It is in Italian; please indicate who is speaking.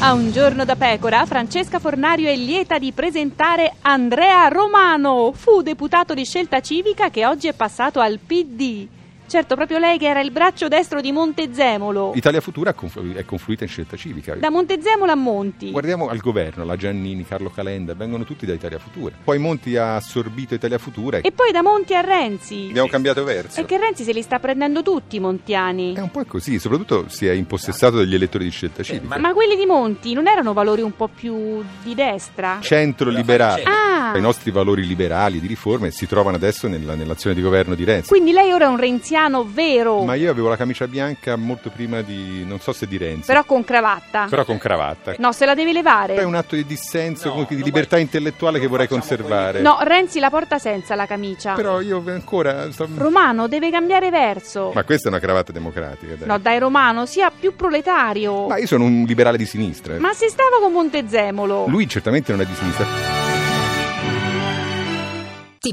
Speaker 1: A un giorno da pecora, Francesca Fornario è lieta di presentare Andrea Romano. Fu deputato di scelta civica che oggi è passato al PD. Certo, proprio lei che era il braccio destro di Montezemolo.
Speaker 2: Italia Futura conf- è confluita in scelta civica.
Speaker 1: Da Montezemolo a Monti.
Speaker 2: Guardiamo al governo, la Giannini, Carlo Calenda, vengono tutti da Italia Futura. Poi Monti ha assorbito Italia Futura e
Speaker 1: E poi da Monti a Renzi.
Speaker 2: abbiamo cambiato verso.
Speaker 1: E che Renzi se li sta prendendo tutti i montiani.
Speaker 2: È un po' così, soprattutto si è impossessato degli elettori di scelta civica.
Speaker 1: Ma quelli di Monti non erano valori un po' più di destra?
Speaker 2: Centro liberale.
Speaker 1: Ah,
Speaker 2: Eh, I nostri valori liberali di riforme si trovano adesso nella- nell'azione di governo di Renzi.
Speaker 1: quindi lei ora è un renziano vero,
Speaker 2: Ma io avevo la camicia bianca molto prima di, non so se di Renzi,
Speaker 1: però con cravatta.
Speaker 2: però con cravatta.
Speaker 1: No, se la deve levare.
Speaker 2: È un atto di dissenso, comunque di libertà intellettuale che vorrei conservare.
Speaker 1: No, Renzi la porta senza la camicia.
Speaker 2: Però io ancora... sto-
Speaker 1: Romano deve cambiare verso.
Speaker 2: Ma questa è una cravatta democratica. dai.
Speaker 1: No, dai, Romano, sia più proletario.
Speaker 2: Ma io sono un liberale di sinistra. eh.
Speaker 1: Ma se stava con Montezemolo.
Speaker 2: Lui certamente non è di sinistra.
Speaker 3: Ti